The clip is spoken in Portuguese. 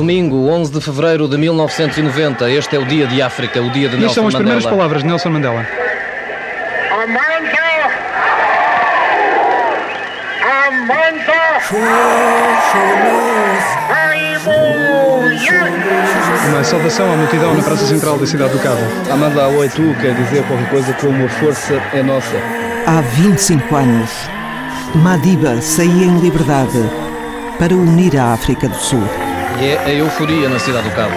Domingo, 11 de fevereiro de 1990, este é o Dia de África, o dia de E Nelson são as primeiras Mandela. palavras de Nelson Mandela. Amanda! Amanda! Vamos! Uma salvação à multidão na Praça Central da cidade do Cabo. Amanda Oitu quer dizer qualquer coisa como a força é nossa. Há 25 anos, Madiba saía em liberdade para unir a África do Sul. É a euforia na cidade do Cabo.